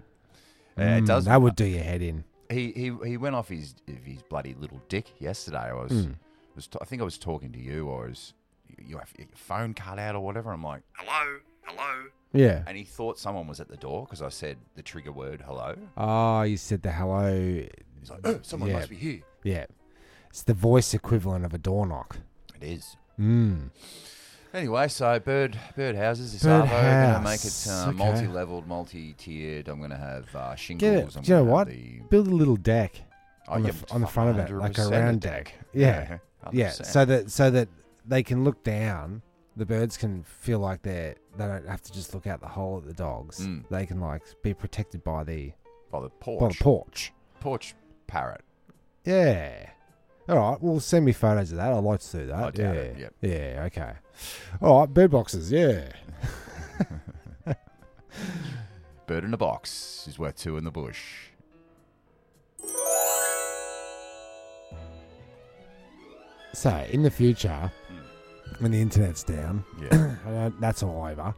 S2: Uh, it
S3: Mm,
S2: does.
S3: That would do your head in.
S2: he, he he went off his his bloody little dick yesterday. I was
S3: Mm.
S2: was t- I think I was talking to you or was you have your phone cut out or whatever. I'm like,
S5: Hello. Hello.
S3: Yeah.
S2: and he thought someone was at the door because I said the trigger word hello.
S3: Oh, you said the hello.
S2: He's like, oh, someone
S3: Yeah.
S2: must be here.
S3: Yeah. It's the voice equivalent of a door knock.
S2: It is.
S3: Mm.
S2: Anyway, so bird bird houses this
S3: Bird
S2: Arvo. I'm gonna make
S3: house,
S2: it uh,
S3: okay.
S2: multi-leveled, multi-tiered. I'm gonna have uh,
S3: Get
S2: shingles.
S3: it.
S2: I'm
S3: Do you know
S2: gonna have
S3: what?
S2: The,
S3: Build a little deck.
S2: Oh,
S3: on,
S2: yeah,
S3: the, f- on the
S2: fuck,
S3: front of it, like a
S2: 100%
S3: round deck. Yeah, yeah.
S2: 100%.
S3: So that so that they can look down. The birds can feel like they're they don't have to just look out the hole at the dogs.
S2: Mm.
S3: They can like be protected by the
S2: by the
S3: by the
S2: porch,
S3: porch.
S2: porch parrot.
S3: Yeah. All right. Well, send me photos of that. I'd like to see that.
S2: I
S3: yeah.
S2: doubt it, yep.
S3: Yeah. Okay. All right. Bird boxes. Yeah.
S2: Bird in a box is worth two in the bush.
S3: So in the future,
S2: Hmm.
S3: when the internet's down,
S2: Yeah.
S3: and that's all over.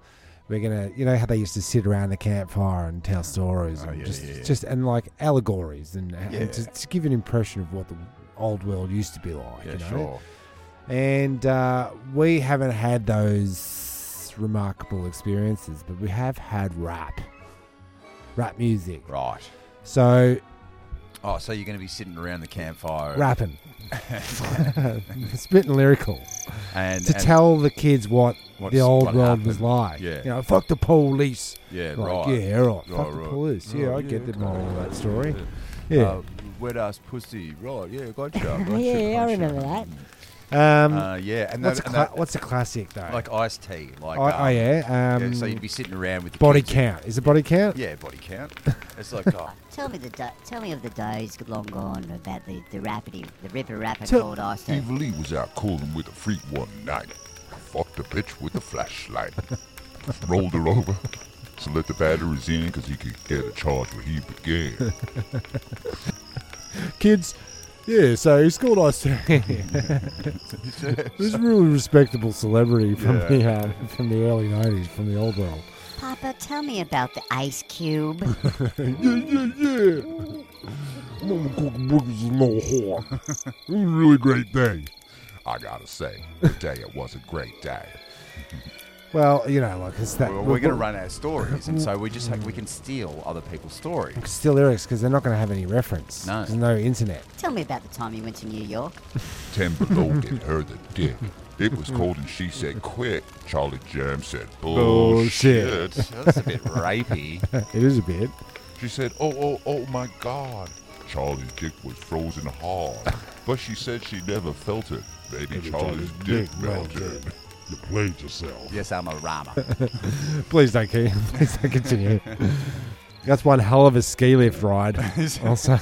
S3: We're gonna, you know, how they used to sit around the campfire and tell stories
S2: Oh,
S3: and
S2: yeah,
S3: just,
S2: yeah, yeah.
S3: just and like allegories and,
S2: Yeah.
S3: and to, to give an impression of what the old world used to be like.
S2: yeah,
S3: you know?
S2: sure.
S3: And uh, we haven't had those remarkable experiences, but we have had rap, rap music.
S2: Right.
S3: So
S2: Oh, so you're going to be sitting around the campfire
S3: rapping, spitting lyrical
S2: and,
S3: to
S2: and-
S3: tell the kids what
S2: What's-
S3: the old
S2: what
S3: world was
S2: happened.
S3: like.
S2: Yeah.
S3: you know, fuck the police.
S2: Yeah,
S3: Like,
S2: right.
S3: Yeah, right.
S2: Right,
S3: Fuck the
S2: right.
S3: police. Yeah, I
S2: Right,
S3: get
S2: yeah,
S3: the moral of
S2: okay.
S3: that story.
S2: Uh,
S3: Yeah.
S2: wet ass pussy. Right. Yeah, gotcha. gotcha
S8: Yeah, I
S2: gotcha. Mm.
S8: remember that.
S3: Um,
S2: Uh, yeah, and,
S3: what's,
S2: that,
S3: a
S2: and
S3: cla-
S2: that-
S3: what's a classic though?
S2: like iced tea. Like
S3: oh, oh,
S2: um,
S3: yeah. Um,
S2: yeah, so you'd be sitting around with the
S3: body
S2: kids and-
S3: count. Is it body count?
S2: Yeah, body count. It's like oh,
S8: Tell me the do- tell me of the days long gone about the the rapidy, the ripper rapper
S3: Tell-
S8: called Ice
S9: Steve Lee was out cooling with a freak one night. I fucked a bitch with a flashlight. rolled her over. So let the batteries in because he could get a charge where he began.
S4: Kids, yeah, so he scored us. This is a really respectable celebrity from
S2: Yeah.
S4: the uh, from the early '90s, from the old world.
S8: Papa, tell me about the ice cube.
S4: yeah, yeah, yeah. Mama cooking cookies is no whore.
S9: It was a really great day. I gotta say, today it was a great day.
S3: Well, you know, look, it's that.
S2: Well, we're going to run out of stories, and so we just ha- we can steal other people's stories.
S3: Still lyrics because they're not going to have any reference.
S2: No.
S3: There's no internet.
S8: tell me about the time you went to New York.
S9: Ten below gave her the dick. It was cold and she said, quick. Charlie Germ said, bullshit.
S2: That's a bit rapey.
S3: It is a bit.
S9: She said, oh, oh, oh my God. Charlie's dick was frozen hard. But she said she never felt it. Baby, Charlie's dick melted.
S4: You played yourself.
S2: Yes, I'm a rama.
S3: Please don't keep. Please don't continue. That's one hell of a ski lift ride. also,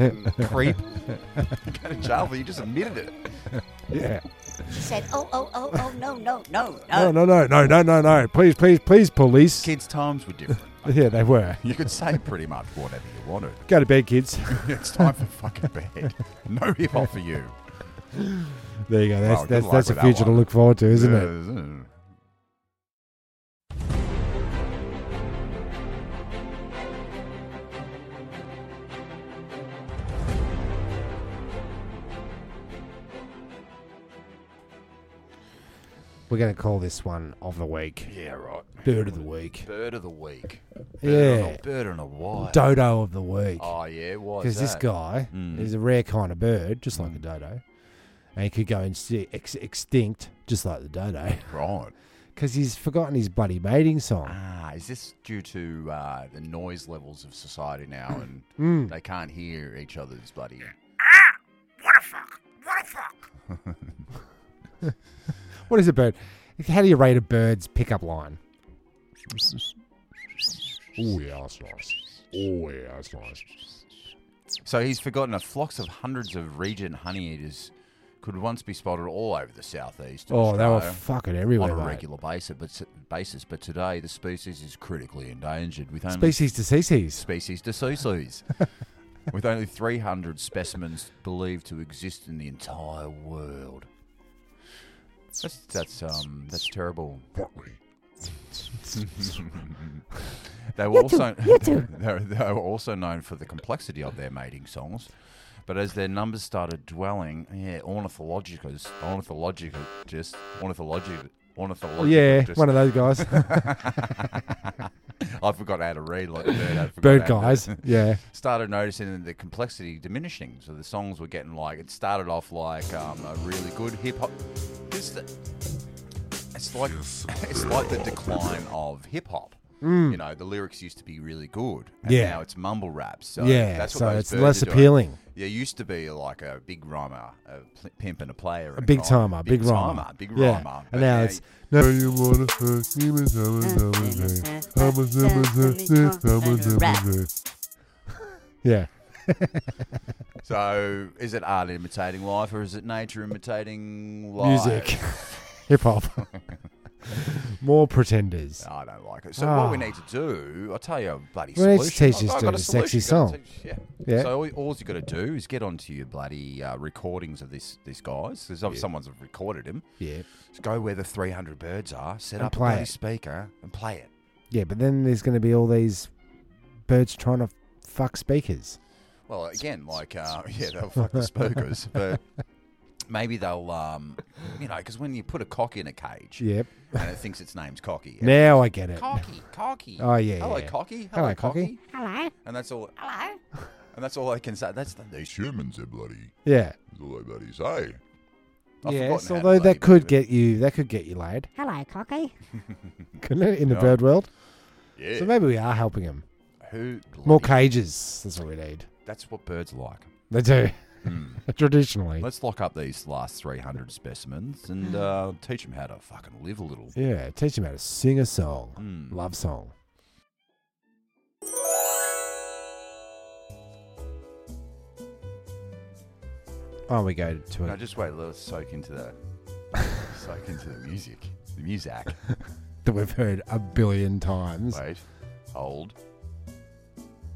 S2: Creep. Go to jail for you just admitted it.
S3: yeah.
S8: She said, oh, oh, oh, oh, no, no, no,
S3: No,
S8: no.
S3: no, no, no, no, no, no. Please, please, please, police.
S2: Kids' times were different.
S3: Yeah, they were.
S2: You could say pretty much whatever you wanted.
S3: Go to bed, kids.
S2: It's time for fucking bed. No hip hop for you.
S3: There you go. That's
S2: Wow, Oh, good
S3: that's,
S2: luck
S3: that's a
S2: with that
S3: future to
S2: one.
S3: look forward to, isn't it? We're going to call this one of the week.
S2: Yeah, right.
S3: Bird of the week.
S2: Bird of the week. Bird On
S3: Yeah.
S2: a, bird on a wire.
S3: Dodo of the week.
S2: Oh yeah, why?
S3: Because
S2: Because
S3: this guy
S2: Mm.
S3: is a rare kind of bird, just
S2: Hmm.
S3: like a dodo. And he could go and see ex- extinct, just like the dodo.
S2: Right.
S3: Because he's forgotten his bloody mating song.
S2: Ah, is this due to uh, the noise levels of society now, and
S3: Mm.
S2: they can't hear each other's bloody?
S5: What a fuck! What a fuck!
S3: What is a bird? How do you rate a bird's pickup line?
S4: Oh yeah, that's nice. Oh yeah, that's nice.
S2: So he's forgotten a flocks of hundreds of regent honey eaters could once be spotted all over the southeast. of
S3: Oh, they were
S2: Australia
S3: fucking
S2: on
S3: everywhere.
S2: a
S3: mate.
S2: regular basis, but basis. But today, the species is critically endangered with only
S3: Species to species.
S2: species deceased, with only 300 specimens believed to exist in the entire world. That's that's um that's terrible. they were also they were- they were also known for the complexity of their mating songs, but as their numbers started dwelling, yeah, ornithologists, ornithologists, ornithologists, ornithologists.
S3: Yeah, one of those guys.
S2: I forgot how to read like a bird. I forgot
S3: Bird
S2: how to-
S3: guys. Yeah.
S2: started noticing the complexity diminishing. So the songs were getting like it started off like um, a really good hip hop. It's, the- it's like it's like the decline of hip hop. You know, the lyrics used to be really good, and
S3: Mm. Yeah.
S2: now it's mumble rap. So
S3: yeah.
S2: that's what
S3: so
S2: those
S3: it's
S2: birds
S3: less
S2: are doing.
S3: appealing.
S2: Yeah, used to be like a big rhymer, a pl- pimp and a player, and
S3: big
S2: rhymer.
S3: timer, big rhymer.
S2: big
S3: yeah.
S2: rhymer. But
S3: And now it's. No,
S4: you wanna hurt me with some
S3: yeah.
S2: so is it art imitating life, or is it nature imitating life?
S3: Music. Hip hop. More pretenders.
S2: I don't like it. So what we
S3: Ah.
S2: need to do, I'll tell you a bloody
S3: We
S2: solution.
S3: need to teach
S2: I've-
S3: this
S2: I've
S3: dude
S2: got
S3: a
S2: solution,
S3: sexy
S2: got a
S3: song.
S2: solution, yeah.
S3: Yeah.
S2: So all, all you got to do is get onto your bloody uh, recordings of this this guy's. Because someone's recorded him.
S3: Yeah.
S2: Just go where the 300 birds are, set
S3: And
S2: up
S3: play
S2: a bloody
S3: it.
S2: speaker, and play it.
S3: Yeah, but then there's going to be all these birds trying to fuck speakers.
S2: Well, again, like uh, yeah, they'll fuck the spookers, but maybe they'll um, you know, because when you put a cock in a cage
S3: Yep.
S2: and it thinks its name's cocky.
S3: Now I get it.
S2: Cocky, cocky.
S3: Oh, yeah,
S2: Hello,
S3: yeah.
S2: cocky.
S3: Hello,
S2: Hello,
S3: cocky.
S2: cocky. Hello. And that's all. Hello. And that's all I can say. That's the
S9: These humans are bloody.
S3: Yeah.
S9: That's all they bloody say.
S2: I've
S3: yes,
S2: forgotten how to
S3: although
S2: bloody
S3: that could
S2: do it.
S3: get you, that could get you laid,
S8: Hello, cocky.
S3: couldn't it, in the
S2: Yeah.
S3: bird world?
S2: Yeah.
S3: So maybe we are helping them.
S2: Who?
S3: More
S2: bloody-
S3: cages. That's what we need.
S2: That's what birds like.
S3: They do
S2: Hmm.
S3: traditionally.
S2: Let's lock up these last 300 specimens and uh, teach them how to fucking live a little.
S3: Yeah, teach them how to sing a song,
S2: Mm.
S3: love song. Oh, we go to
S2: No,
S3: a
S2: just wait. Let's soak into the soak into the music. The music.
S3: that we've heard a billion times.
S2: Wait. Hold.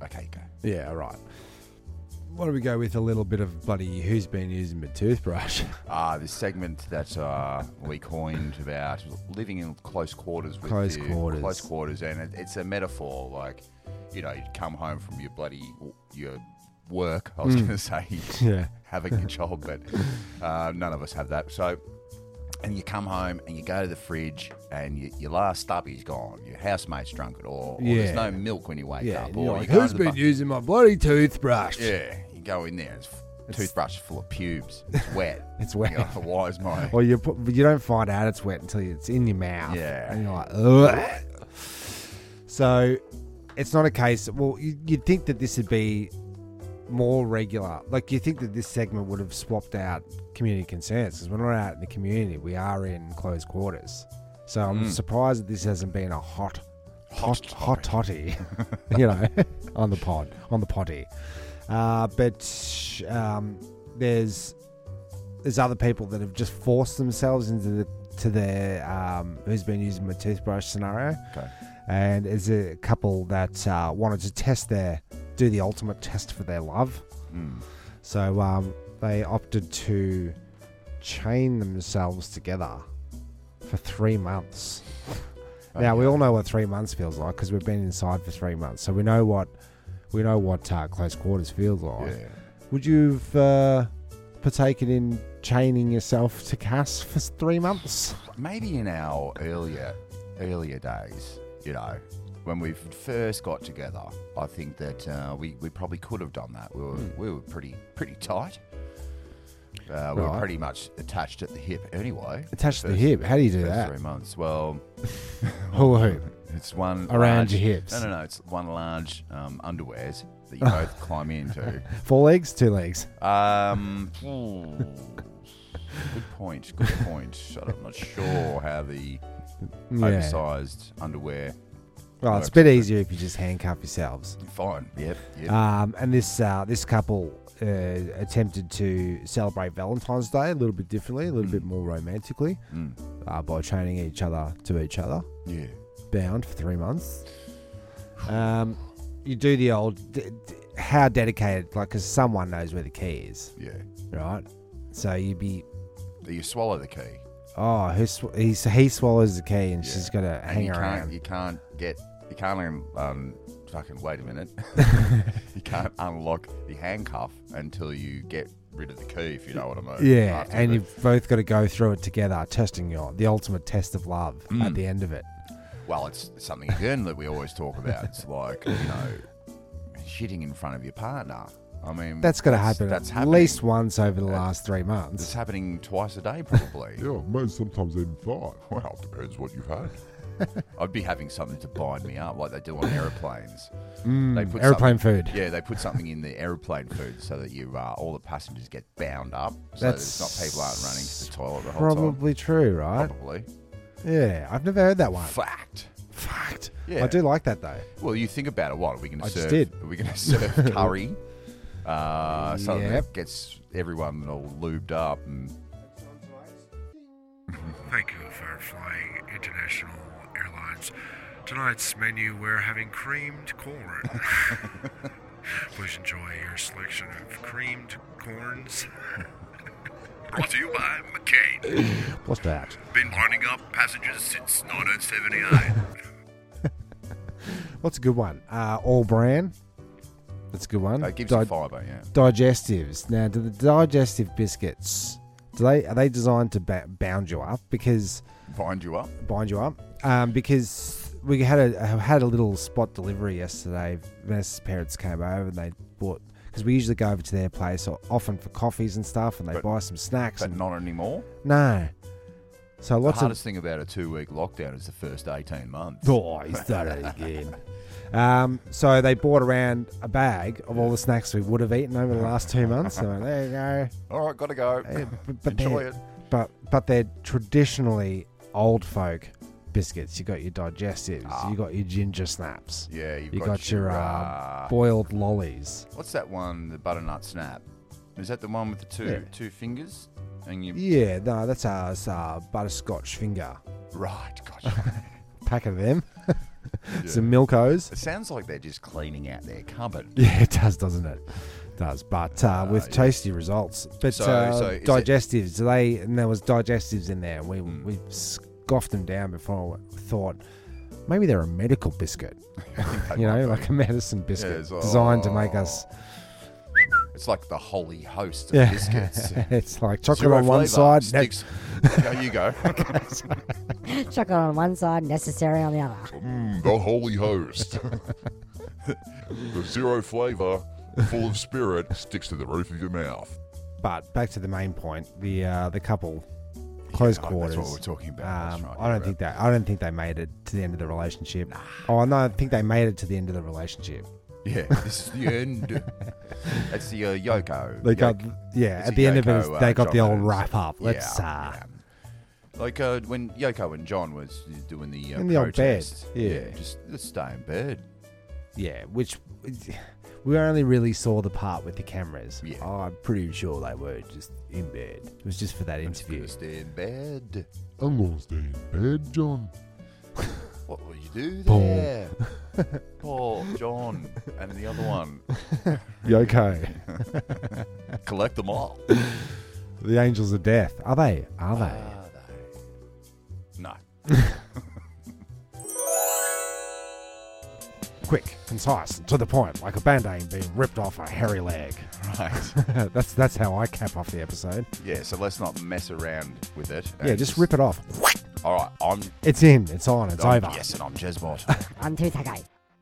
S2: Okay, go.
S3: Yeah, right. Why don't we go with a little bit of bloody who's been using my toothbrush?
S2: Ah, this segment that uh, we coined about living in close quarters with
S3: Close
S2: your-
S3: quarters.
S2: close quarters, and it, it's a metaphor. Like, you know, you'd come home from your bloody your work. I was
S3: Mm.
S2: going to say,
S3: Yeah.
S2: having your job, but uh, none of us have that. So, and you come home and you go to the fridge, and you, your last stubby's gone. Your housemate's drunk it, or, or there's
S3: Yeah.
S2: no milk when you wake
S3: yeah,
S2: up,
S3: and you're
S2: or you
S3: like,
S2: go
S3: who's
S2: to the
S3: been
S2: bu-
S3: using my bloody toothbrush?
S2: yeah, you go in there. It's, f- Toothbrush full of pubes. It's wet.
S3: It's wet.
S2: You go, Why is my
S3: Or you put, you don't find out it's wet until it's in your mouth.
S2: Yeah.
S3: And you're like, Ugh. So it's not a case. Well, you, you'd think that this would be more regular. Like, you think that this segment would have swapped out community concerns because we're not out in the community. We are in close quarters. So I'm
S2: Mm.
S3: surprised that this hasn't been a hot,
S2: Hot
S3: hot, hot toddy, you know, on the pod, on the potty. Uh, but um, there's there's other people that have just forced themselves into the to their um, who's been using my toothbrush scenario.
S2: Okay.
S3: And it's a couple that uh, wanted to test their do the ultimate test for their love.
S2: Mm.
S3: So um, they opted to chain themselves together for three months. Now we all know what three months feels like because we've been inside for three months, so we know what we know what uh, close quarters feels like.
S2: Yeah.
S3: Would you have uh, partaken in chaining yourself to Cass for s- three months?
S2: Maybe in our earlier earlier days, you know, when we first got together, I think that uh, we, we probably could have done that. We were
S3: Hmm.
S2: we were pretty pretty tight. Uh, we were
S3: Right.
S2: pretty much attached at the hip anyway.
S3: Attached to the
S2: First-
S3: hip. How do you do
S2: first
S3: that?
S2: Three months. Well,
S3: Hula hoop.
S2: it's one
S3: Around
S2: large-
S3: your hips.
S2: No, no, no. It's one large um, underwears that you both climb into.
S3: Four legs, two legs.
S2: Um, ooh, good point. Good point. I'm not sure how the
S3: Yeah.
S2: oversized underwear.
S3: Well, it's a bit easier if you just handcuff yourselves.
S2: Fine. Yep. Yep.
S3: Um, and this uh, this couple uh, attempted to celebrate Valentine's Day a little bit differently, a little bit more romantically,
S2: Mm.
S3: uh, by chaining each other to each other.
S2: Yeah.
S3: bound for three months. Um, you do the old d- d- how dedicated, like, because someone knows where the key is,
S2: Yeah.
S3: right? So you'd be
S2: You swallow the key.
S3: oh, who sw- he, s- he swallows the key and
S2: Yeah.
S3: she's got to
S2: And
S3: hang
S2: you
S3: around.
S2: Can't, you can't get. You can't. un- Um. Fucking wait a minute. you can't unlock the handcuff until you get rid of the key. If you know what I mean.
S3: yeah,
S2: After
S3: and
S2: the-
S3: you've both got to go through it together, testing your the ultimate test of love at
S2: Mm.
S3: the end of it.
S2: Well, it's something again that we always talk about. It's like you know, shitting in front of your partner. I mean,
S3: That's got to happen
S2: That's
S3: at
S2: happening.
S3: least once over the
S2: That's-
S3: last three
S2: It's
S3: months.
S2: happening twice a day, probably.
S9: Yeah, man, sometimes even five. Well, depends what you've had.
S2: I'd be having something to bind me up, like they do on aeroplanes. they put
S3: Airplane Mm, food.
S2: something- Yeah, they put something in the airplane food so that you, uh, all the passengers get bound up, so
S3: That's
S2: that it's not people aren't running to the toilet the whole time.
S3: Probably true, right?
S2: Probably.
S3: Yeah, I've never heard that one.
S2: Fact.
S3: Fact.
S2: Yeah.
S3: I do like that though.
S2: Well, you think about it. What are we going
S3: I
S2: to serve?
S3: just did.
S2: Are we going to serve curry? Uh, something
S3: Yep.
S2: that gets everyone all lubed up and
S5: Thank you for flying International Airlines. Tonight's menu, we're having creamed corn. Please enjoy your selection of creamed corns. Brought to you by McCain.
S3: What's that?
S5: Been lining up passengers since 1979.
S3: What's a good one? Uh, all bran. That's a good one.
S2: that gives
S3: Di-
S2: you fibre. Yeah.
S3: digestives. Now, do the digestive biscuits? Do they are they designed to ba- bound you up because
S2: Bind you up.
S3: bind you up? Um, because we had a had a little spot delivery yesterday. Vanessa's parents came over and they bought because we usually go over to their place or often for coffees and stuff, and they
S2: But-
S3: buy some snacks.
S2: But
S3: and
S2: not anymore.
S3: no, so lots
S2: the
S3: of
S2: hardest thing about a two-week lockdown is the first 18 months.
S3: Oh, he started again. Um, so they bought around a bag of all the snacks we would have eaten over the last two months. So there you go.
S2: All right, gotta go.
S3: Eh, but, but
S2: Enjoy
S3: they're-
S2: it.
S3: But but they're traditionally old folk biscuits. You got your digestives. You got your ginger snaps.
S2: Yeah, you've
S3: You
S2: Ah. got,
S3: got, your, uh,
S2: uh,
S3: boiled lollies.
S2: what's that one? The butternut snap. Is that the one with the two
S3: Yeah.
S2: two fingers? And you
S3: Yeah, no, that's a, it's a butterscotch finger.
S2: right, gotcha.
S3: packet of them, some
S2: Yeah.
S3: Milkos.
S2: It sounds like they're just cleaning out their cupboard.
S3: Yeah, it does, doesn't it? It does, but uh, with tasty results. But
S2: So-
S3: uh,
S2: so is it- Hmm.
S3: digestives, they and there was digestives in there. We we scoffed them down before. I Thought maybe they're a medical biscuit, you know, like a medicine biscuit
S2: it's like,
S3: designed to make us.
S2: It's like the holy host of
S3: Yeah,
S2: biscuits.
S3: it's like chocolate
S2: Zero
S3: on one
S2: flavour,
S3: side.
S2: Sticks. Yeah, you go.
S8: Chocolate on one side, necessary on the other.
S9: Mm, the Holy Host. the zero flavor, full of spirit, sticks to the roof of your mouth.
S3: But back to the main point, the uh, the couple close quarters.
S2: we're talking about, that's
S3: Um,
S2: right,
S3: I don't think they. I don't think they made it to the end of the relationship. Oh no, I think they made it to the end of the relationship.
S2: Yeah, this is the end. That's the uh, Yoko.
S3: They got
S2: Yoko-
S3: yeah.
S2: it's
S3: At
S2: the
S3: the end of it,
S2: Yoko,
S3: it's-
S2: uh,
S3: they got the
S2: John
S3: old
S2: Adams.
S3: wrap up. Let's
S2: Yeah,
S3: uh,
S2: Like uh, when Yoko and John was doing the uh,
S3: In the old bed,
S2: protest.
S3: yeah.
S2: just let's stay in bed.
S3: yeah. Which we only really saw the part with the cameras. Yeah. I'm pretty sure they were just in bed. It was just for that interview.
S2: Stay in bed.
S9: I'm gonna stay in bed, John.
S2: What will you do
S3: Paul.
S2: there? Paul, John, and the other one.
S3: Yoko.
S2: Collect them all.
S3: the angels of death. Are they? Are they?
S2: Uh, No.
S3: Quick, concise, and to the point, like a band-aid being ripped off a hairy leg.
S2: Right.
S3: that's that's how I cap off the episode.
S2: Yeah, so let's not mess around with it.
S3: Yeah, just rip it off.
S2: All right, I'm.
S3: It's in. It's on. It's
S2: I'm-
S3: over.
S2: Yes, and I'm Jezbot.
S8: I'm too Takai.